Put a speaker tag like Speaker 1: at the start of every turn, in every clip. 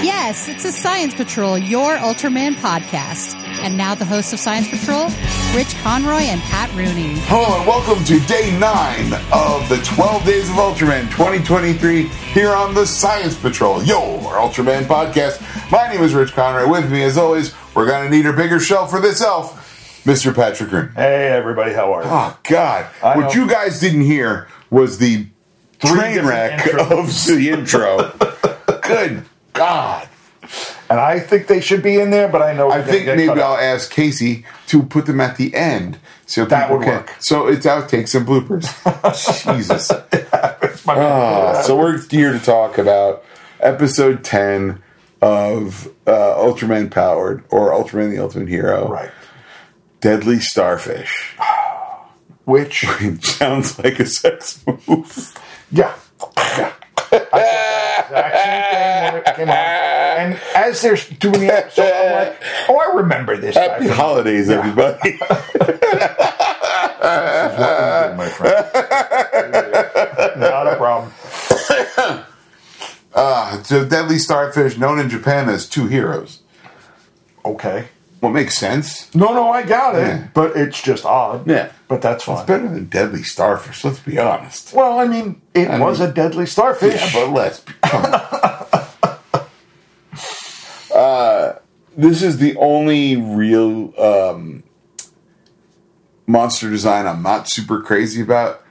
Speaker 1: Yes, it's a Science Patrol, your Ultraman podcast. And now the hosts of Science Patrol, Rich Conroy and Pat Rooney.
Speaker 2: Hello and welcome to day nine of the 12 Days of Ultraman 2023 here on the Science Patrol, yo, our Ultraman podcast. My name is Rich Conroy. With me, as always, we're going to need a bigger shelf for this elf, Mr. Patrick Rooney.
Speaker 3: Hey everybody, how are you?
Speaker 2: Oh, God.
Speaker 3: I
Speaker 2: what
Speaker 3: know.
Speaker 2: you guys didn't hear was the train
Speaker 3: different
Speaker 2: wreck of
Speaker 3: intros.
Speaker 2: the intro. Good God.
Speaker 3: And I think they should be in there, but I know
Speaker 2: I think maybe I'll ask Casey to put them at the end. So
Speaker 3: That
Speaker 2: people
Speaker 3: would
Speaker 2: can-
Speaker 3: work.
Speaker 2: So it's outtakes and bloopers. Jesus.
Speaker 3: I'll.
Speaker 2: Ah, so we're here to talk about episode 10 of uh, Ultraman Powered or Ultraman the Ultimate Hero.
Speaker 3: Right,
Speaker 2: Deadly Starfish.
Speaker 3: which
Speaker 2: It sounds like a sex move.
Speaker 3: yeah, yeah. I think that exact same thing when it came out. And as they're doing the episode, I'm like, oh, I remember this.
Speaker 2: Happy
Speaker 3: guy.
Speaker 2: holidays, everybody.
Speaker 3: my friend. Not a problem.
Speaker 2: so Deadly Starfish, known in Japan as Two Heroes.
Speaker 3: Okay.
Speaker 2: What makes sense?
Speaker 3: No, no, I got it,
Speaker 2: Yeah.
Speaker 3: but it's just odd.
Speaker 2: Yeah.
Speaker 3: but that's fine.
Speaker 2: Better than Deadly Starfish, let's be honest.
Speaker 3: well, I mean, it
Speaker 2: I
Speaker 3: was
Speaker 2: mean-
Speaker 3: a deadly starfish.
Speaker 2: Yeah, but let's be- come on. uh, this is the only real um, monster design I'm not super crazy about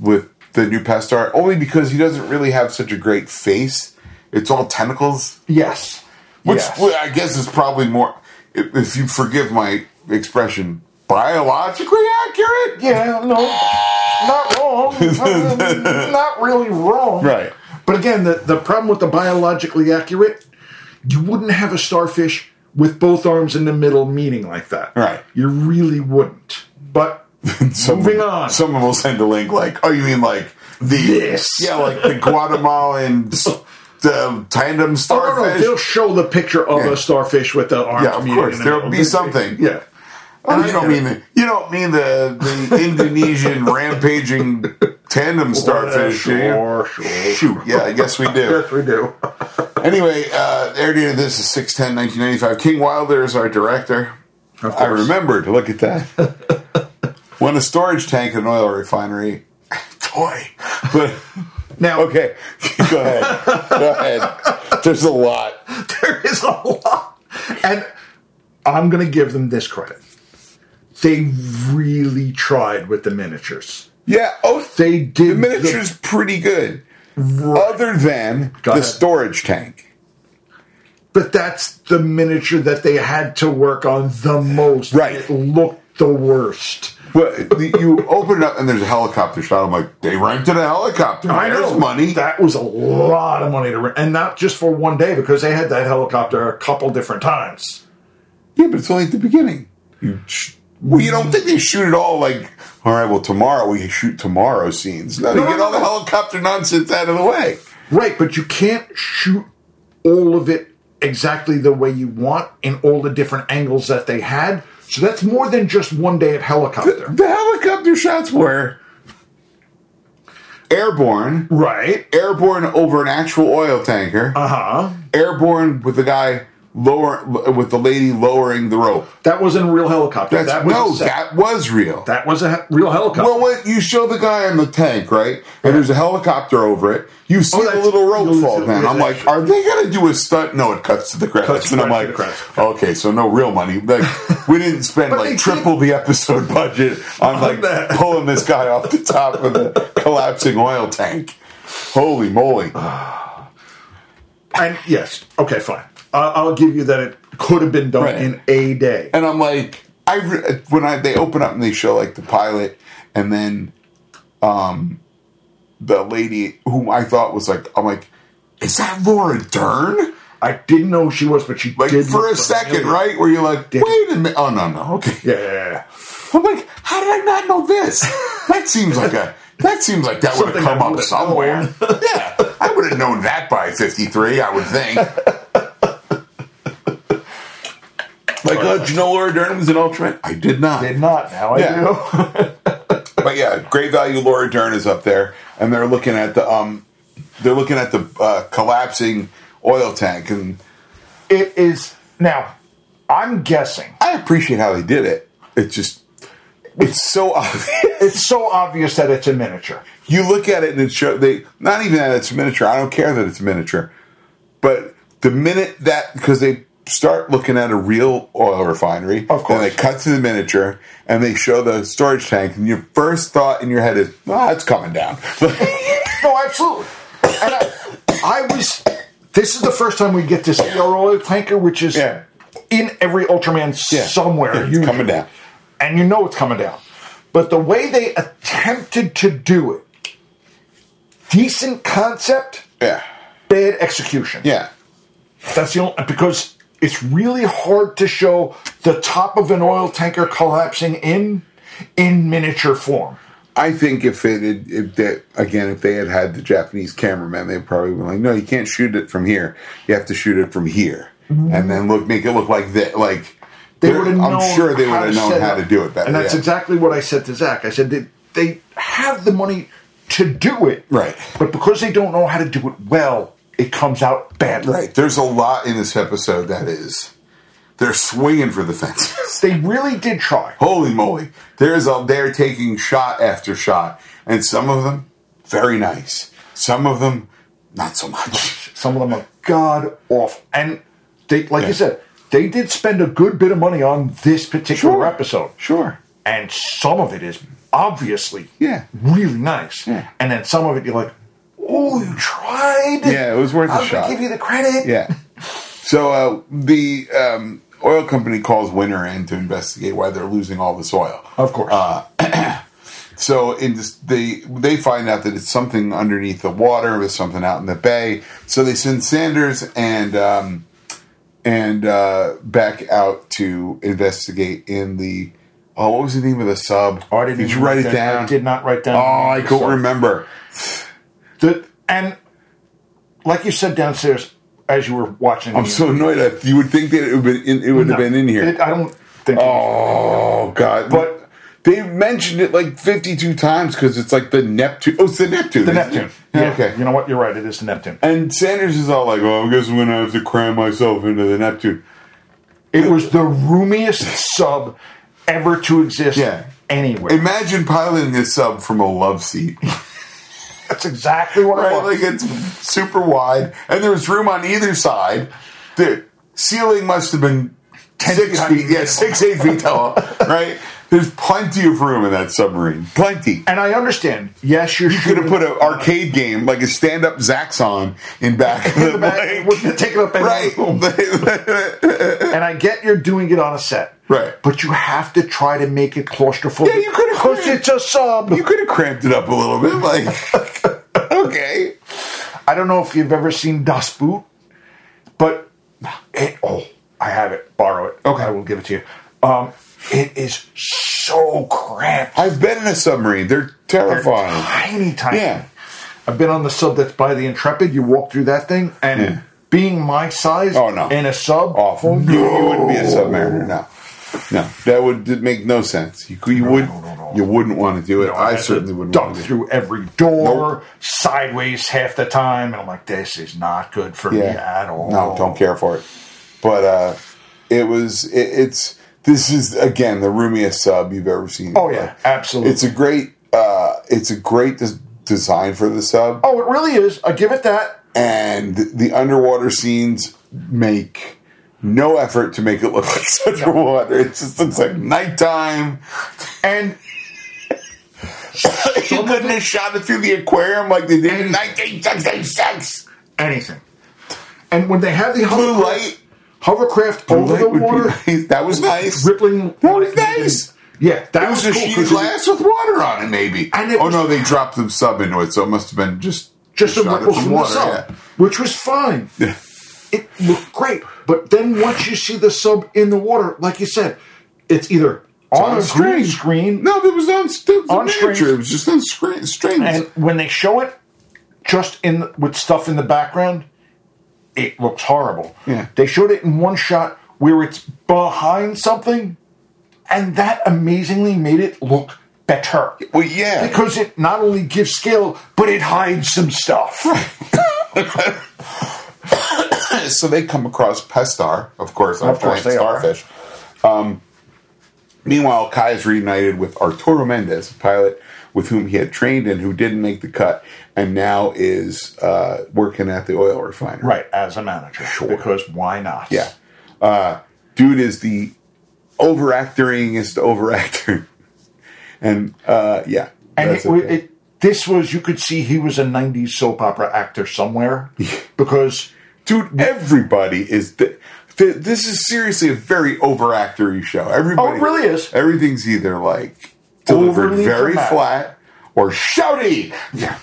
Speaker 2: with the new pest art, only because he doesn't really have such a great face. It's all tentacles,
Speaker 3: yes,
Speaker 2: which
Speaker 3: Yes.
Speaker 2: well, I guess is probably more, if, if you forgive my expression, biologically accurate.
Speaker 3: Yeah, no, not wrong. Um, not really wrong.
Speaker 2: Right.
Speaker 3: But again, the, the problem with the biologically accurate, you wouldn't have a starfish with both arms in the middle meaning like that.
Speaker 2: Right.
Speaker 3: You really wouldn't. But
Speaker 2: Someone-
Speaker 3: moving on.
Speaker 2: Someone will send a link like, oh, you mean like the
Speaker 3: This.
Speaker 2: Yeah, like the Guatemalan s- the tandem
Speaker 3: oh, no, no,
Speaker 2: starfish.
Speaker 3: they'll show the picture of
Speaker 2: Yeah.
Speaker 3: a starfish with the arms
Speaker 2: Yeah, of
Speaker 3: meeting
Speaker 2: course,
Speaker 3: in the
Speaker 2: there'll
Speaker 3: middle.
Speaker 2: be something.
Speaker 3: Yeah.
Speaker 2: Oh, you don't mean the, you don't mean the the Indonesian rampaging tandem starfish, do you?
Speaker 3: Sure, sure.
Speaker 2: Shoot, yeah, I guess we do.
Speaker 3: Yes, we do.
Speaker 2: Anyway, uh, air date of this is 610 1995. King Wilder is our director.
Speaker 3: Of
Speaker 2: I
Speaker 3: course.
Speaker 2: remembered. Look at that. when a storage tank at an oil refinery. Toy. But.
Speaker 3: Now,
Speaker 2: Okay, go ahead. go ahead. There's a lot.
Speaker 3: there is a lot. And I'm going to give them this credit. They really tried with the miniatures.
Speaker 2: Yeah. Oh,
Speaker 3: They did.
Speaker 2: the miniature's pretty good, other than the
Speaker 3: Go ahead.
Speaker 2: storage tank.
Speaker 3: but that's the miniature that they had to work on the most.
Speaker 2: Right.
Speaker 3: It looked the worst.
Speaker 2: But the- you open it up and there's a helicopter shot. I'm like, they rented a helicopter. There's money.
Speaker 3: That was a lot of money to rent. And not just for one day, because they had that helicopter a couple different times.
Speaker 2: yeah, but it's only at the beginning. You, sh- well, you don't think they shoot it all like, all right, well, tomorrow we shoot tomorrow scenes. No, they
Speaker 3: No,
Speaker 2: get
Speaker 3: no,
Speaker 2: all the
Speaker 3: no.
Speaker 2: helicopter nonsense out of the way.
Speaker 3: Right, but you can't shoot all of it exactly the way you want in all the different angles that they had. So that's more than just one day of helicopter.
Speaker 2: The helicopter shots were airborne.
Speaker 3: Right.
Speaker 2: airborne over an actual oil tanker,
Speaker 3: Uh
Speaker 2: Uh-huh.
Speaker 3: huh.
Speaker 2: airborne with the guy lower with the lady lowering the rope.
Speaker 3: That wasn't a real helicopter.
Speaker 2: That's
Speaker 3: that was
Speaker 2: no,
Speaker 3: a set.
Speaker 2: that was real.
Speaker 3: that was a he- real helicopter.
Speaker 2: well, what you show the guy in the tank, right? And there's a helicopter over it. You see the
Speaker 3: Oh, that's-
Speaker 2: little rope
Speaker 3: you'll
Speaker 2: fall
Speaker 3: see-
Speaker 2: down.
Speaker 3: yeah,
Speaker 2: I'm
Speaker 3: that's
Speaker 2: like,
Speaker 3: true.
Speaker 2: are they gonna do a stunt? No, it cuts to the credits,
Speaker 3: Cuts
Speaker 2: and I'm
Speaker 3: right to
Speaker 2: like,
Speaker 3: the credits.
Speaker 2: okay, so no real money. Like, we didn't spend
Speaker 3: But they
Speaker 2: like triple the episode budget on like
Speaker 3: that.
Speaker 2: pulling this guy off the top of the collapsing oil tank. Holy moly!
Speaker 3: And yes, okay, fine. I I'll give you that it could have been done
Speaker 2: Right.
Speaker 3: in a day.
Speaker 2: and I'm like, I re- when I they open up and they show like the pilot, and then, um, the lady whom I thought was like, I'm like, is that Laura Dern?
Speaker 3: I didn't know who she was, but she
Speaker 2: Like
Speaker 3: did
Speaker 2: for a
Speaker 3: look
Speaker 2: second,
Speaker 3: familiar.
Speaker 2: right? Where you're like, wait a minute, oh no, no, okay.
Speaker 3: Yeah, yeah, yeah.
Speaker 2: I'm like, how did I not know this? That seems like a that seems like that would have
Speaker 3: Something
Speaker 2: come
Speaker 3: I
Speaker 2: up
Speaker 3: would've
Speaker 2: somewhere. yeah, I would have known that by 53, I would think. Like, oh, did you know Laura Dern was an Ultraman? I did not.
Speaker 3: Did not. Now I
Speaker 2: Yeah.
Speaker 3: do.
Speaker 2: But yeah, great value. Laura Dern is up there, and they're looking at the um, they're looking at the uh, collapsing oil tank, and
Speaker 3: It is now. I'm guessing
Speaker 2: I appreciate how they did it. It just, it's so obvious.
Speaker 3: it's so obvious that it's a miniature.
Speaker 2: you look at it and it show they not even that it's miniature. I don't care that it's miniature, but the minute that because they start looking at a real oil refinery,
Speaker 3: Of course.
Speaker 2: then they cut to the miniature and they show the storage tank, and your first thought in your head is, "Oh, it's coming down."
Speaker 3: No, absolutely. And I, I was. This is the first time we get to see our oil tanker, which is
Speaker 2: Yeah.
Speaker 3: in every Ultraman
Speaker 2: Yeah.
Speaker 3: somewhere.
Speaker 2: Yeah, it's
Speaker 3: usually.
Speaker 2: coming down.
Speaker 3: and you know it's coming down. But the way they attempted to do it, decent concept,
Speaker 2: yeah,
Speaker 3: bad execution.
Speaker 2: yeah,
Speaker 3: That's the only because it's really hard to show the top of an oil tanker collapsing in in miniature form.
Speaker 2: I think if it had, if that again, if they had had the Japanese cameraman, they'd probably been like, "No, you can't shoot it from here. You have to shoot it from here, and then look, make it look like that." Like
Speaker 3: Mm-hmm. They
Speaker 2: they're-
Speaker 3: would have.
Speaker 2: I'm
Speaker 3: known
Speaker 2: sure they would
Speaker 3: how
Speaker 2: have
Speaker 3: to set
Speaker 2: known how
Speaker 3: up.
Speaker 2: to do it better.
Speaker 3: And that's
Speaker 2: yeah.
Speaker 3: exactly what I said to Zach. I said they, they have the money to do it,
Speaker 2: Right.
Speaker 3: But because they don't know how to do it well, it comes out badly.
Speaker 2: right. There's a lot in this episode that is they're swinging for the fences.
Speaker 3: They really did try.
Speaker 2: Holy moly! There's a they're taking shot after shot, and some of them very nice, some of them not so much.
Speaker 3: Some of them are god off, and they, like
Speaker 2: Yeah.
Speaker 3: you said, they did spend a good bit of money on this particular
Speaker 2: Sure.
Speaker 3: episode.
Speaker 2: Sure.
Speaker 3: and some of it is obviously
Speaker 2: Yeah.
Speaker 3: really nice.
Speaker 2: Yeah.
Speaker 3: And then some of it you're like, oh, you tried.
Speaker 2: Yeah, it was worth a
Speaker 3: I'm gonna
Speaker 2: shot.
Speaker 3: give you the credit.
Speaker 2: Yeah. So uh, the um, oil company calls Winter in to investigate why they're losing all this oil.
Speaker 3: Of course.
Speaker 2: So in this, they they find out that it's something underneath the water, with something out in the bay. So they send Sanders and um, and uh, back out to investigate in the. Oh, what was the name of the sub?
Speaker 3: Oh, I didn't
Speaker 2: did
Speaker 3: even
Speaker 2: you write
Speaker 3: write
Speaker 2: it
Speaker 3: that- I
Speaker 2: down?
Speaker 3: did not write down the
Speaker 2: Oh,
Speaker 3: name
Speaker 2: I
Speaker 3: of the
Speaker 2: couldn't
Speaker 3: sub.
Speaker 2: remember.
Speaker 3: The- and like you said downstairs as you were watching,
Speaker 2: I'm so annoyed. I, you would think that it would, been in, it would have been in here.
Speaker 3: I don't think.
Speaker 2: Oh God! But they mentioned it like fifty-two times because it's like the Neptune. Oh, it's the Neptune.
Speaker 3: The
Speaker 2: isn't it?
Speaker 3: Neptune.
Speaker 2: Yeah,
Speaker 3: Yeah,
Speaker 2: okay.
Speaker 3: You know what? You're right. It is the Neptune.
Speaker 2: And Sanders is all like, "Oh, I guess I'm gonna have to cram myself into the Neptune."
Speaker 3: It was the roomiest sub ever to exist
Speaker 2: Yeah.
Speaker 3: anywhere.
Speaker 2: Imagine piloting a sub from a love seat,
Speaker 3: That's exactly what I
Speaker 2: right?
Speaker 3: want.
Speaker 2: like it's super wide, and there's room on either side. The ceiling must have been six
Speaker 3: feet
Speaker 2: feet, yeah, six eight feet tall, right? There's plenty of room in that submarine, plenty.
Speaker 3: and I understand. Yes, you're
Speaker 2: could have put an arcade game like a stand-up Zaxxon in back of the,
Speaker 3: in the back. It
Speaker 2: like-
Speaker 3: wouldn't have taken up any room.
Speaker 2: right.
Speaker 3: And I get you're doing it on a set.
Speaker 2: Right.
Speaker 3: But you have to try to make it claustrophobic.
Speaker 2: Yeah, you could've
Speaker 3: Because
Speaker 2: created-
Speaker 3: it's a sub.
Speaker 2: you could have cramped it up a little bit, like okay.
Speaker 3: I don't know if you've ever seen Das Boot, but it, oh, I have it. Borrow it.
Speaker 2: Okay.
Speaker 3: I will give it to you. Um, it is so cramped.
Speaker 2: I've been in a submarine. They're terrifying.
Speaker 3: Tiny, tiny.
Speaker 2: Yeah.
Speaker 3: I've been on the sub that's by the Intrepid. You walk through that thing, and
Speaker 2: Yeah.
Speaker 3: being my size
Speaker 2: Oh, no.
Speaker 3: in a sub,
Speaker 2: Awful. You, you wouldn't be a submariner. No, no, that would make no sense. You, you would,
Speaker 3: no, no, no.
Speaker 2: you wouldn't want to do it.
Speaker 3: know,
Speaker 2: I
Speaker 3: had to
Speaker 2: certainly wouldn't.
Speaker 3: Dunk
Speaker 2: want to do it.
Speaker 3: through every door,
Speaker 2: Nope.
Speaker 3: sideways half the time, and I'm like, this is not good for me at all.
Speaker 2: No, don't care for it. But uh, it was it, it's this is again the roomiest sub you've ever seen.
Speaker 3: Oh, yeah, absolutely.
Speaker 2: It's a great uh, it's a great des- design for the sub,
Speaker 3: Oh, it really is. I give it that.
Speaker 2: and the underwater scenes make no effort to make it look like such water. It just looks like nighttime.
Speaker 3: And
Speaker 2: you couldn't have shot it through the aquarium like they did in 1966.
Speaker 3: anything. And when they have the
Speaker 2: Blue
Speaker 3: hovercraft,
Speaker 2: light.
Speaker 3: hovercraft
Speaker 2: Blue
Speaker 3: over
Speaker 2: light
Speaker 3: the
Speaker 2: would be
Speaker 3: water,
Speaker 2: nice. That was nice.
Speaker 3: rippling.
Speaker 2: That was
Speaker 3: light-
Speaker 2: nice.
Speaker 3: Yeah, that
Speaker 2: It was
Speaker 3: was,
Speaker 2: a
Speaker 3: cool
Speaker 2: sheet
Speaker 3: 'cause
Speaker 2: of
Speaker 3: it-
Speaker 2: glass with water on it, maybe.
Speaker 3: And it
Speaker 2: oh
Speaker 3: was-
Speaker 2: no, they dropped the sub into it, so it must have been just
Speaker 3: Just a
Speaker 2: shot at
Speaker 3: ripples
Speaker 2: some
Speaker 3: from the sub, which was fine.
Speaker 2: Yeah.
Speaker 3: It looked great, but then once you see the sub in the water, like you said, it's either on, a green screen
Speaker 2: No, it was on, it was
Speaker 3: On
Speaker 2: on
Speaker 3: strings.
Speaker 2: miniature. It was just on screen strings.
Speaker 3: and when they show it just in with stuff in the background it looks horrible
Speaker 2: Yeah.
Speaker 3: they showed it in one shot where it's behind something and that amazingly made it look better
Speaker 2: well, yeah,
Speaker 3: because it not only gives scale but it hides some stuff
Speaker 2: so they come across Pestar, of course, on
Speaker 3: Of
Speaker 2: giant
Speaker 3: course they are.
Speaker 2: starfish. Um, meanwhile, Kai is reunited with Arturo Mendez, a pilot with whom he had trained and who didn't make the cut, and now is uh, working at the oil refinery.
Speaker 3: Right, as a manager. Because why not?
Speaker 2: Yeah. Uh, dude is the overactoringest overactor. and uh, yeah.
Speaker 3: And
Speaker 2: that's
Speaker 3: it, wa-
Speaker 2: okay.
Speaker 3: it, this was, you could see he was a 90s soap opera actor somewhere because
Speaker 2: dude, everybody is. Th- th- this is seriously a very overactory show. Everybody,
Speaker 3: Oh, it really is.
Speaker 2: Everything's either like delivered
Speaker 3: Overly
Speaker 2: very
Speaker 3: dramatic.
Speaker 2: flat or shouty. Yeah,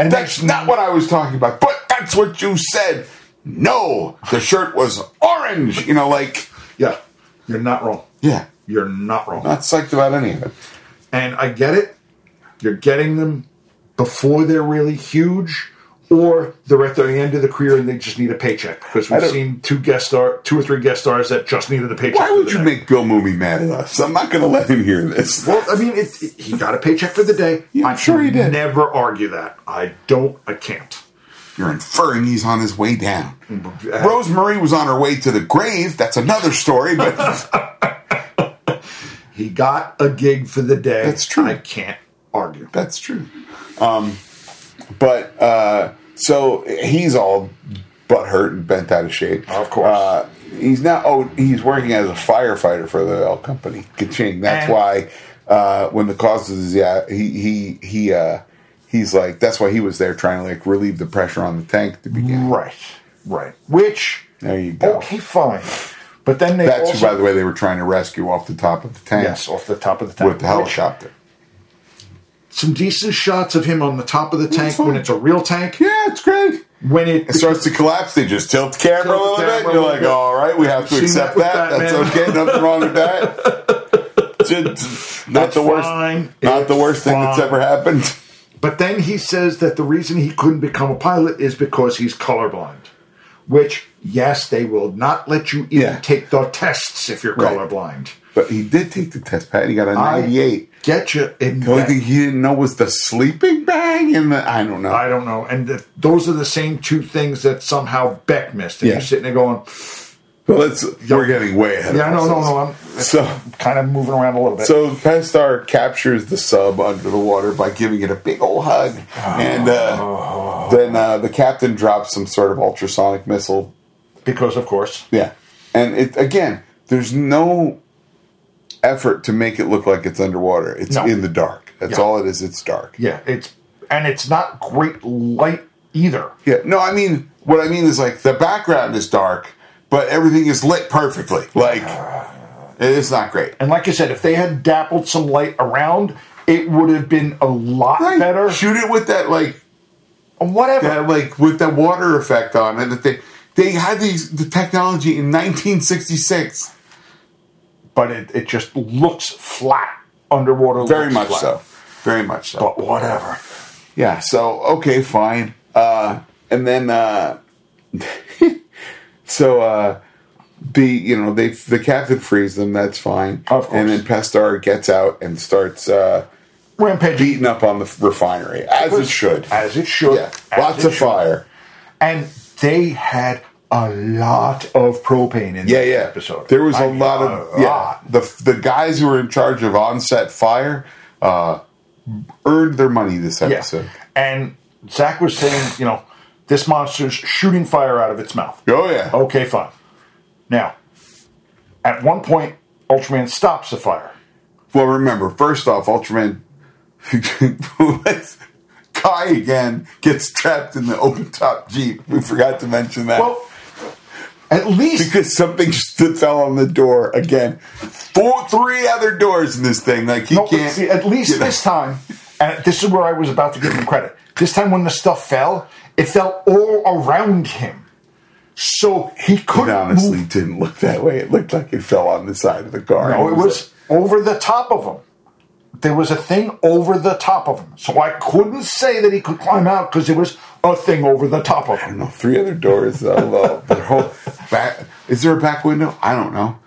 Speaker 3: and
Speaker 2: that's not what I was talking about. But that's what you said. No, the shirt was orange. You know, like
Speaker 3: Yeah, you're not wrong.
Speaker 2: yeah,
Speaker 3: You're not wrong.
Speaker 2: not psyched about any of it.
Speaker 3: And I get it. You're getting them before they're really huge, or they're at the end of the career and they just need a paycheck. Because we've
Speaker 2: don't-
Speaker 3: seen two guest star, two or three guest stars that just needed a paycheck.
Speaker 2: Why
Speaker 3: for
Speaker 2: would
Speaker 3: the
Speaker 2: you
Speaker 3: day.
Speaker 2: make Bill Mooney mad at us? I'm not going to let him hear this.
Speaker 3: Well, I mean, it, it- he got a paycheck for the day.
Speaker 2: Yeah, I'm
Speaker 3: I
Speaker 2: sure he did.
Speaker 3: Never argue that. I don't. I can't.
Speaker 2: You're inferring he's on his way down.
Speaker 3: Mm-hmm.
Speaker 2: Rosemary was on her way to the grave. That's another story, but
Speaker 3: He got a gig for the day.
Speaker 2: That's true.
Speaker 3: I can't argue.
Speaker 2: that's true. Um, but uh, so he's all butthurt and bent out of shape.
Speaker 3: Of course.
Speaker 2: Uh, he's now, oh, he's working as a firefighter for the oil company, Kaching. That's
Speaker 3: And-
Speaker 2: why uh, when the cause is, yeah, he, he, he, uh, he's like, that's why he was there trying to like relieve the pressure on the tank to begin.
Speaker 3: Right. Right. Which.
Speaker 2: There you go.
Speaker 3: Okay, fine. But then they
Speaker 2: That's
Speaker 3: also
Speaker 2: who, by the way, they were trying to rescue off the top of the tank
Speaker 3: yes off the top of the tank
Speaker 2: with the
Speaker 3: Which-
Speaker 2: helicopter.
Speaker 3: some decent shots of him on the top of the tank
Speaker 2: fine.
Speaker 3: when it's a real tank.
Speaker 2: Yeah, it's great.
Speaker 3: When it,
Speaker 2: It starts to collapse. They just tilt the camera
Speaker 3: Tilt the
Speaker 2: a little
Speaker 3: camera
Speaker 2: bit. You're
Speaker 3: a little
Speaker 2: like,
Speaker 3: bit.
Speaker 2: all right, we have to
Speaker 3: Seen
Speaker 2: accept that.
Speaker 3: that with
Speaker 2: That's okay.
Speaker 3: Batman.
Speaker 2: Nothing wrong with that. It's- it's not
Speaker 3: That's
Speaker 2: the worst.
Speaker 3: fine.
Speaker 2: Not the
Speaker 3: It's
Speaker 2: worst thing that's
Speaker 3: fine.
Speaker 2: ever happened.
Speaker 3: but then he says that the reason he couldn't become a pilot is because he's colorblind. Which, yes, they will not let you even
Speaker 2: Yeah.
Speaker 3: take the tests if you're
Speaker 2: Right.
Speaker 3: colorblind.
Speaker 2: But he did take the test, Pat. He got a 98.
Speaker 3: I get you. In
Speaker 2: the only
Speaker 3: that-
Speaker 2: thing he didn't know was the sleeping bag and the I don't know.
Speaker 3: I don't know. And th those are the same two things that somehow Beck missed. And
Speaker 2: Yeah.
Speaker 3: you're sitting there going,
Speaker 2: Well, let's. We're getting way ahead.
Speaker 3: yeah,
Speaker 2: of
Speaker 3: no, no,
Speaker 2: ourselves.
Speaker 3: no. I'm
Speaker 2: So
Speaker 3: kind of moving around a little bit.
Speaker 2: So Pestar captures the sub under the water by giving it a big old hug, and uh,
Speaker 3: Oh.
Speaker 2: then uh, the captain drops some sort of ultrasonic missile.
Speaker 3: because, of course,
Speaker 2: Yeah, and it again, there's no effort to make it look like it's underwater. It's
Speaker 3: No.
Speaker 2: in the dark. That's
Speaker 3: Yeah.
Speaker 2: all it is. It's dark.
Speaker 3: yeah, it's, and it's not great light either.
Speaker 2: Yeah. No, I mean, what I mean is like the background is dark, but everything is lit perfectly. Like it's not great.
Speaker 3: And like I said, if they had dappled some light around, it would have been a lot better.
Speaker 2: Shoot it with that like
Speaker 3: Whatever.
Speaker 2: that like with the water effect on it that they they had these the technology in 1966
Speaker 3: But it, it just looks flat underwater.
Speaker 2: very
Speaker 3: looks
Speaker 2: much
Speaker 3: flat.
Speaker 2: so very much so
Speaker 3: But whatever.
Speaker 2: yeah so okay fine uh and then uh so uh the you know they the captain frees them that's fine
Speaker 3: Of course.
Speaker 2: and then pestar gets out and starts uh
Speaker 3: Rampage.
Speaker 2: beating up on the refinery as it should
Speaker 3: As it should.
Speaker 2: yeah
Speaker 3: as
Speaker 2: lots
Speaker 3: it
Speaker 2: of
Speaker 3: should.
Speaker 2: fire
Speaker 3: And they had a lot of propane in
Speaker 2: Yeah,
Speaker 3: this
Speaker 2: yeah.
Speaker 3: episode.
Speaker 2: There was a
Speaker 3: a
Speaker 2: lot of yeah. The the guys who were in charge of onset fire uh, earned their money this episode.
Speaker 3: And Zach was saying, you know, this monster's shooting fire out of its mouth.
Speaker 2: Oh yeah.
Speaker 3: Okay, fine. Now, at one point, Ultraman stops the fire.
Speaker 2: Well, remember, first off, Ultraman Kai again gets trapped in the open top jeep. We forgot to mention that.
Speaker 3: Well, at least
Speaker 2: because something st- fell on the door again. Four, three other doors in this thing. Like he
Speaker 3: no, but
Speaker 2: can't.
Speaker 3: see, at least this time, and this is where I was about to give him credit. This time, when the stuff fell, it fell all around him, so he
Speaker 2: It
Speaker 3: couldn't
Speaker 2: honestly
Speaker 3: move.
Speaker 2: didn't look that way. It looked like it fell on the side of the car.
Speaker 3: No, it
Speaker 2: like-
Speaker 3: was over the top of him. There was a thing over the top of him, so I couldn't say that he could climb out because it was a thing over the top of him.
Speaker 2: No, three other doors. Uh, well, the whole back. Is there a back window? I don't know.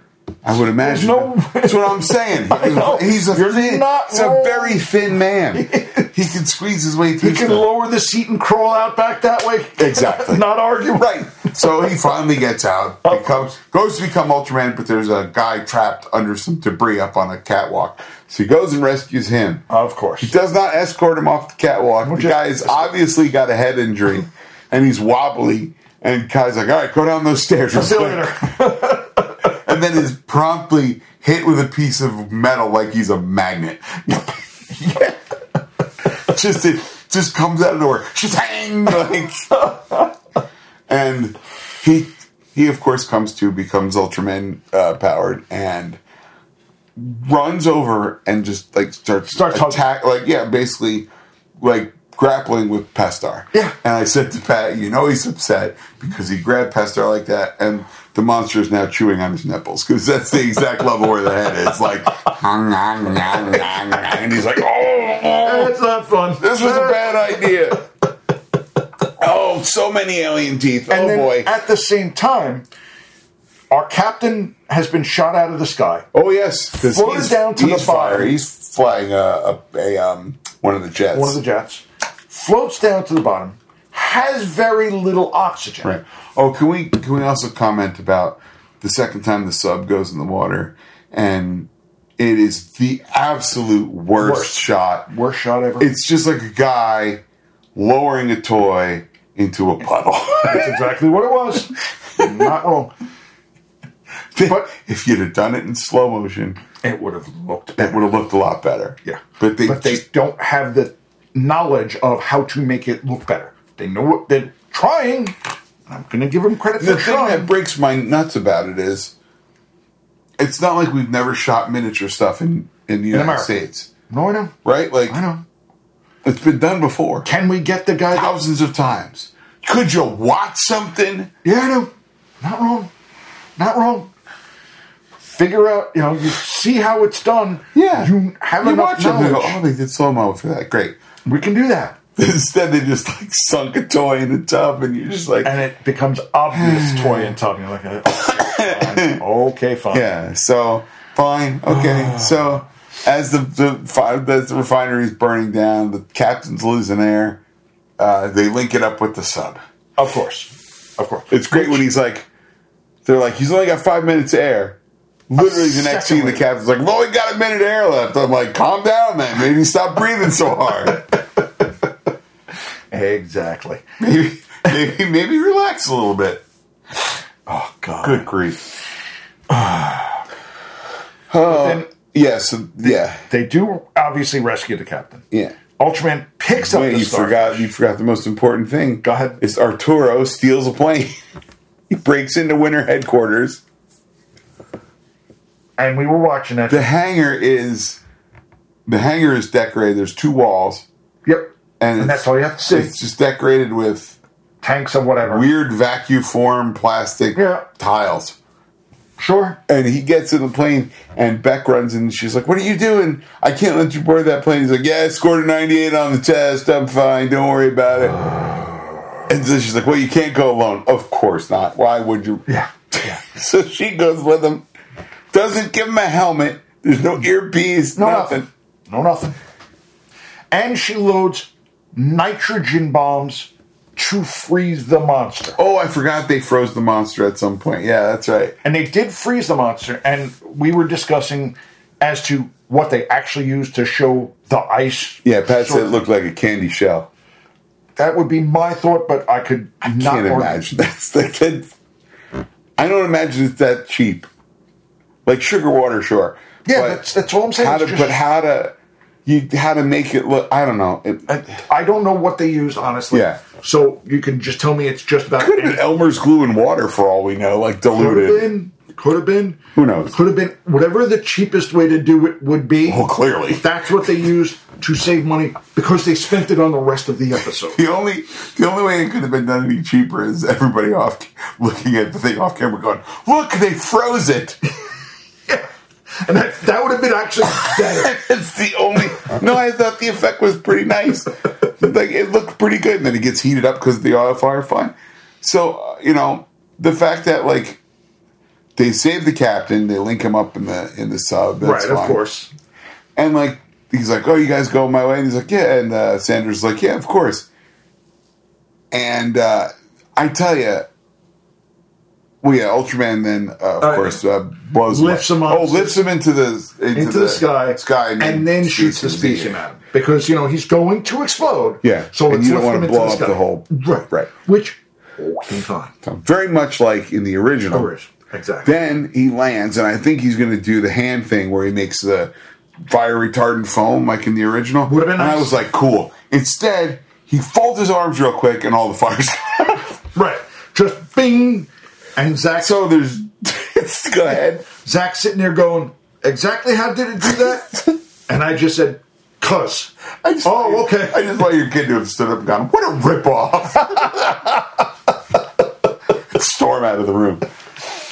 Speaker 2: I would imagine.
Speaker 3: no-
Speaker 2: That's what I'm saying.
Speaker 3: know.
Speaker 2: He's a
Speaker 3: You're
Speaker 2: thin,
Speaker 3: not
Speaker 2: he's a
Speaker 3: wrong.
Speaker 2: very thin man. he can squeeze his way through.
Speaker 3: He can
Speaker 2: stuff.
Speaker 3: lower the seat and crawl out back that way.
Speaker 2: Exactly.
Speaker 3: Not arguing.
Speaker 2: right. So he finally gets out,
Speaker 3: Oh.
Speaker 2: becomes goes to become Ultraman, but there's a guy trapped under some debris up on a catwalk. So he goes and rescues him.
Speaker 3: Of course.
Speaker 2: He does not escort him off the catwalk. The
Speaker 3: just-
Speaker 2: guy has obviously got a head injury and he's wobbly. And guy's like, all right, go down those stairs. real
Speaker 3: See you
Speaker 2: quick."
Speaker 3: later.
Speaker 2: And then is promptly hit with a piece of metal like he's a magnet. just it just comes out of nowhere. Shazang! Like, and he he of course comes to becomes Ultraman uh, powered and runs over and just like starts
Speaker 3: Starts hugging.
Speaker 2: attack like yeah basically like grappling with Pestar.
Speaker 3: Yeah.
Speaker 2: And I said to Pat, you know he's upset because he grabbed Pestar like that and the monster is now chewing on his nipples because that's the exact level where the head is. Like, and he's like, oh, oh.
Speaker 3: That's not fun.
Speaker 2: This was a bad idea. oh, so many alien teeth.
Speaker 3: And
Speaker 2: oh
Speaker 3: then
Speaker 2: boy.
Speaker 3: at the same time, our captain has been shot out of the sky.
Speaker 2: oh yes. 'cause
Speaker 3: Floated
Speaker 2: he's-
Speaker 3: down to the
Speaker 2: he's fire-
Speaker 3: bottom.
Speaker 2: He's flying a, a, a um one of the jets.
Speaker 3: One of the jets floats down to the bottom, has very little oxygen.
Speaker 2: Right. Oh, can we can we also comment about the second time the sub goes in the water and it is the absolute worst,
Speaker 3: Worst.
Speaker 2: shot.
Speaker 3: Worst shot ever.
Speaker 2: It's just like a guy lowering a toy into a puddle.
Speaker 3: That's exactly what it was. Not wrong.
Speaker 2: but if you'd have done it in slow motion,
Speaker 3: It would have looked
Speaker 2: it would have looked a lot better.
Speaker 3: Yeah.
Speaker 2: But they,
Speaker 3: but they
Speaker 2: just-
Speaker 3: don't have the knowledge of how to make it look better. They know what they're trying. I'm going to give them credit
Speaker 2: the
Speaker 3: for
Speaker 2: thing
Speaker 3: trying.
Speaker 2: that breaks my nuts about it is it's not like we've never shot miniature stuff in, in the United
Speaker 3: America.
Speaker 2: States.
Speaker 3: no, I know.
Speaker 2: Right? Like
Speaker 3: I know.
Speaker 2: it's been done before.
Speaker 3: Can we get the guy? That,
Speaker 2: thousands of times. Could you watch something?
Speaker 3: yeah, I know. Not wrong. Not wrong. Figure out. You know. You see how it's done. You have
Speaker 2: you
Speaker 3: enough
Speaker 2: watch it and
Speaker 3: knowledge.
Speaker 2: go, oh, they did slow mo for that. Great.
Speaker 3: we can do that.
Speaker 2: Instead, they just like sunk a toy in the tub, and you're just like,
Speaker 3: And it becomes obvious. Toy and Tom. You're like, okay, fine. Okay, fine.
Speaker 2: yeah. So fine, okay.
Speaker 3: Ah.
Speaker 2: so as the the, fi- as the refinery is burning down, the captain's losing air. Uh, they link it up with the sub.
Speaker 3: Of course. Of course.
Speaker 2: It's great when he's like, they're like, he's only got five minutes of air. Literally, the next scene, the
Speaker 3: second.
Speaker 2: captain's like, well, we got a minute of air left. I'm like, calm down, man. Maybe stop breathing so hard.
Speaker 3: Exactly.
Speaker 2: maybe, maybe, maybe relax a little bit.
Speaker 3: Oh God.
Speaker 2: Good grief. Oh,
Speaker 3: then-
Speaker 2: yeah, so, yeah,
Speaker 3: They do obviously rescue the captain.
Speaker 2: yeah.
Speaker 3: Ultraman picks up
Speaker 2: Wait,
Speaker 3: the
Speaker 2: you
Speaker 3: star.
Speaker 2: forgot, you forgot the most important thing.
Speaker 3: Go ahead.
Speaker 2: Is Arturo steals a plane. he breaks into winter headquarters.
Speaker 3: And we were watching it.
Speaker 2: The hangar is, the hangar is decorated. There's two walls.
Speaker 3: yep.
Speaker 2: And,
Speaker 3: And
Speaker 2: it's-
Speaker 3: that's all you have to see.
Speaker 2: It's just decorated with
Speaker 3: Tanks of whatever.
Speaker 2: weird vacuum form plastic
Speaker 3: Yeah.
Speaker 2: tiles.
Speaker 3: sure.
Speaker 2: And he gets in the plane, and Beck runs in, and she's like, "What are you doing? I can't let you board that plane." He's like, "Yeah, I scored a 98 on the test. I'm fine. Don't worry about it." And so she's like, "Well, you can't go alone. Of course not. Why would you?"
Speaker 3: Yeah.
Speaker 2: So she goes with him. Doesn't give him a helmet. There's no earpiece.
Speaker 3: No
Speaker 2: nothing.
Speaker 3: nothing. No nothing. And she loads nitrogen bombs to freeze the monster.
Speaker 2: Oh, I forgot they froze the monster at some point. Yeah, that's right.
Speaker 3: And they did freeze the monster. And we were discussing as to what they actually used to show the ice.
Speaker 2: Yeah, Pat
Speaker 3: Sure.
Speaker 2: said it looked like a candy shell.
Speaker 3: That would be my thought, but I could not
Speaker 2: can't
Speaker 3: or-
Speaker 2: imagine that's the kid. I don't imagine it's that cheap. Like sugar water, sure.
Speaker 3: Yeah,
Speaker 2: But
Speaker 3: that's, that's all I'm saying.
Speaker 2: how
Speaker 3: It's
Speaker 2: to
Speaker 3: just-
Speaker 2: but how to you how to make it look? I don't know. It
Speaker 3: I, I don't know what they used, honestly.
Speaker 2: Yeah.
Speaker 3: So you can just tell me it's just about.
Speaker 2: could have been Elmer's glue and water for all we know, like diluted.
Speaker 3: been. Could have been.
Speaker 2: Who knows? Oh,
Speaker 3: Could have been whatever the cheapest way to do it would be.
Speaker 2: Well, clearly.
Speaker 3: That's what they used to save money because they spent it on the rest of the episode.
Speaker 2: The only the only way it could have been done any cheaper is everybody off looking at the thing off camera going, look, they froze it.
Speaker 3: And that, that would have been actually better.
Speaker 2: It's the only. No, I thought the effect was pretty nice. Like it looked pretty good, and then it gets heated up because the oil fire fun. So uh, you know the fact that like they save the captain, they link him up in the in the sub. That's
Speaker 3: right, of
Speaker 2: fine.
Speaker 3: course.
Speaker 2: And like he's like, "Oh, you guys go my way," and he's like, "Yeah." And uh, Sanders is like, "Yeah, of course." And uh, I tell you, Well, yeah, Ultraman then, uh, of
Speaker 3: Uh,
Speaker 2: course, uh, blows
Speaker 3: lifts him up.
Speaker 2: Oh, lifts him into the into,
Speaker 3: into the, sky,
Speaker 2: sky,
Speaker 3: and, then shoots the
Speaker 2: him in
Speaker 3: species
Speaker 2: air.
Speaker 3: at him because you know he's going to explode.
Speaker 2: Yeah,
Speaker 3: so
Speaker 2: and
Speaker 3: it's
Speaker 2: you don't
Speaker 3: lift
Speaker 2: wanna
Speaker 3: him into
Speaker 2: blow
Speaker 3: the
Speaker 2: up
Speaker 3: sky.
Speaker 2: the whole-
Speaker 3: right,
Speaker 2: right.
Speaker 3: Which oh, okay, fine,
Speaker 2: Very much like in the original.
Speaker 3: Irish, exactly.
Speaker 2: Then he lands, and I think he's going to do the hand thing where he makes the fire retardant foam, like in the original.
Speaker 3: Would've been
Speaker 2: and I
Speaker 3: nice.
Speaker 2: was like, cool. Instead, he folds his arms real quick, and all the fires.
Speaker 3: right, just bing, and Zach.
Speaker 2: so there's. go ahead.
Speaker 3: Zach's sitting there going, exactly how did it do that? and I just said, cuz.
Speaker 2: I just-
Speaker 3: Oh, okay.
Speaker 2: I just want your kid to have stood up and gone, what a ripoff. Storm out of the room.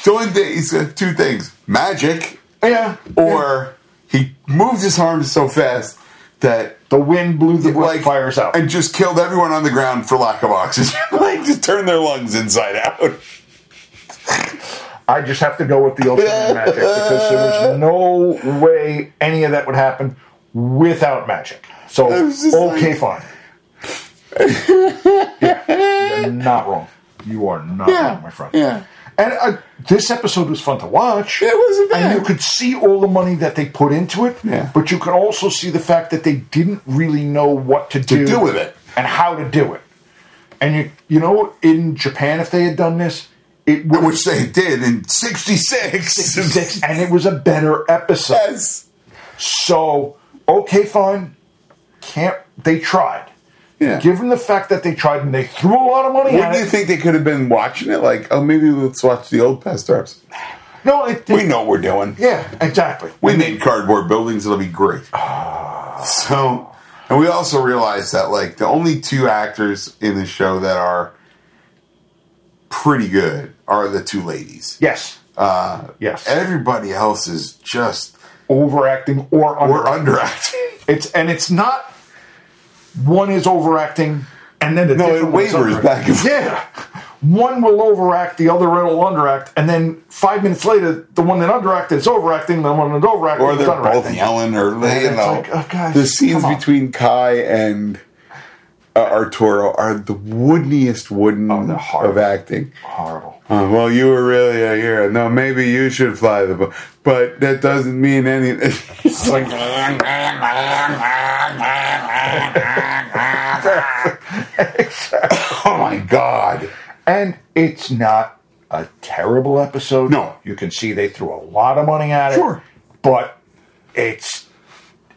Speaker 2: So in the, he said two things magic,
Speaker 3: Yeah.
Speaker 2: or he moved his arms so fast that
Speaker 3: the wind blew the
Speaker 2: like
Speaker 3: fires out.
Speaker 2: and just killed everyone on the ground for lack of oxygen. like just turned their lungs inside out.
Speaker 3: I just have to go with the ultimate magic because there was no way any of that would happen without magic. So,
Speaker 2: was just
Speaker 3: okay, fine. Yeah, you're not wrong. You are not wrong, my friend.
Speaker 2: yeah.
Speaker 3: And uh, this episode was fun to watch.
Speaker 2: It wasn't bad.
Speaker 3: And you could see all the money that they put into it.
Speaker 2: Yeah.
Speaker 3: But you could also see the fact that they didn't really know what to do,
Speaker 2: do with it.
Speaker 3: and how to do it. And you, you know, in Japan, if they had done this, it would
Speaker 2: Which they did in '66.
Speaker 3: six, and it was a better episode.
Speaker 2: Yes.
Speaker 3: So okay, fine. Can't they tried?
Speaker 2: Yeah.
Speaker 3: Given the fact that they tried and they threw a lot of money
Speaker 2: Wouldn't
Speaker 3: at
Speaker 2: you
Speaker 3: it,
Speaker 2: think they could have been watching it? Like, oh, maybe let's watch the old past arps.
Speaker 3: no, it,
Speaker 2: We know what we're doing.
Speaker 3: yeah, exactly.
Speaker 2: We made cardboard buildings. It'll be great.
Speaker 3: Ah.
Speaker 2: So, and we also realized that like the only two actors in the show that are pretty good are the two ladies.
Speaker 3: yes, uh, yes,
Speaker 2: Everybody else is just
Speaker 3: overacting or under.
Speaker 2: we're underacting.
Speaker 3: It's and it's not one is overacting and then the
Speaker 2: No,
Speaker 3: different
Speaker 2: it
Speaker 3: one's
Speaker 2: wavers
Speaker 3: underacting.
Speaker 2: back and forth.
Speaker 3: Yeah, one will overact, the other will underact, and then five minutes later, the one that underacted is overacting, the one that overacted
Speaker 2: Or
Speaker 3: is
Speaker 2: they're
Speaker 3: underacting.
Speaker 2: both yelling, or they, you
Speaker 3: it's
Speaker 2: know,
Speaker 3: like, oh, guys,
Speaker 2: the scenes
Speaker 3: come on.
Speaker 2: between Kai and uh, Arturo are the woodeniest wooden
Speaker 3: Oh, they're horrible.
Speaker 2: of acting.
Speaker 3: Horrible.
Speaker 2: Uh, well, you were really a hero. No, maybe you should fly the boat, but that doesn't mean anything. It's like, oh my god!
Speaker 3: And it's not a terrible episode.
Speaker 2: No.
Speaker 3: You can see they threw a lot of money at it.
Speaker 2: Sure.
Speaker 3: But it's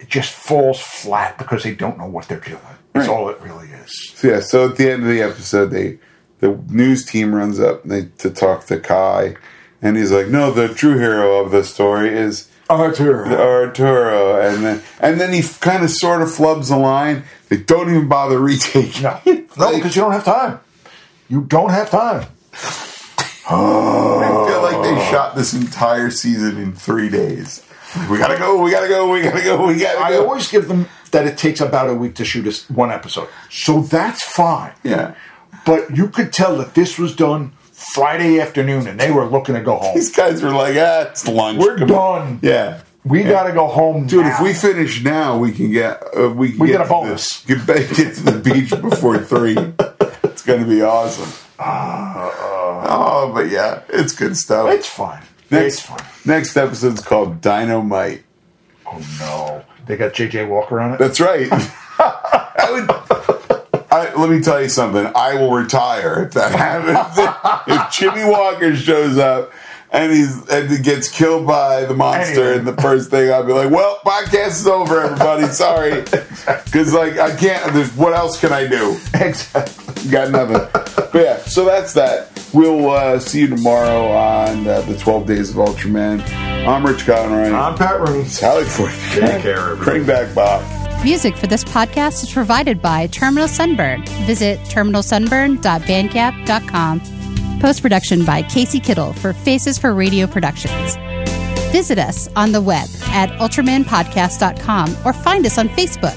Speaker 3: it just falls flat because they don't know what they're doing. That's
Speaker 2: Right.
Speaker 3: all it really is.
Speaker 2: So, yeah. So at the end of the episode, they the news team runs up and they, to talk to Kai, and he's like, "No, the true hero of the story is."
Speaker 3: Arthur.
Speaker 2: Arturo, and then and then he kind of sort of flubs the line. They don't even bother retaking.
Speaker 3: No. No,
Speaker 2: it. Like-
Speaker 3: because you don't have time. You don't have time.
Speaker 2: I feel like oh. they shot this entire season in three days. We gotta go. We gotta go. We gotta go. We gotta
Speaker 3: I
Speaker 2: go.
Speaker 3: always give them that it takes about a week to shoot us one episode. So that's fine.
Speaker 2: yeah,
Speaker 3: But you could tell that this was done Friday afternoon and they were looking to go home.
Speaker 2: these guys were like, ah, it's lunch.
Speaker 3: We're
Speaker 2: Come on."
Speaker 3: done.
Speaker 2: Yeah,
Speaker 3: We got to go home,
Speaker 2: dude.
Speaker 3: now.
Speaker 2: If we finish now, we can get uh, we can
Speaker 3: We
Speaker 2: get,
Speaker 3: get a
Speaker 2: to
Speaker 3: bonus.
Speaker 2: The, get back get to the beach before three. It's gonna be awesome. oh, but yeah, it's good stuff.
Speaker 3: Ah, it's fine.
Speaker 2: next
Speaker 3: It's fine.
Speaker 2: next episode's called Dynamite.
Speaker 3: Oh no, they got JJ Walker on it.
Speaker 2: That's right. I would. I, let me tell you something. I will retire if that happens. if Jimmy Walker shows up and he's and he gets killed by the monster,
Speaker 3: Anyway.
Speaker 2: and the first thing I'll be like, "Well, podcast is over, everybody. Sorry," because like I can't. There's, what else can I do?
Speaker 3: exactly.
Speaker 2: Got nothing. but yeah, so that's that. We'll uh, see you tomorrow on uh, the 12 Days of Ultraman. I'm Rich Conroy.
Speaker 3: I'm Pat Rooney.
Speaker 2: Alec Ford.
Speaker 3: Take care, everybody.
Speaker 2: Bring back Bob.
Speaker 1: Music for this podcast is provided by Terminal Sunburn. Visit terminalsunburn.bandcamp.com. Post production by Casey Kittle for Faces for Radio Productions. Visit us on the web at ultramanpodcast.com or find us on Facebook.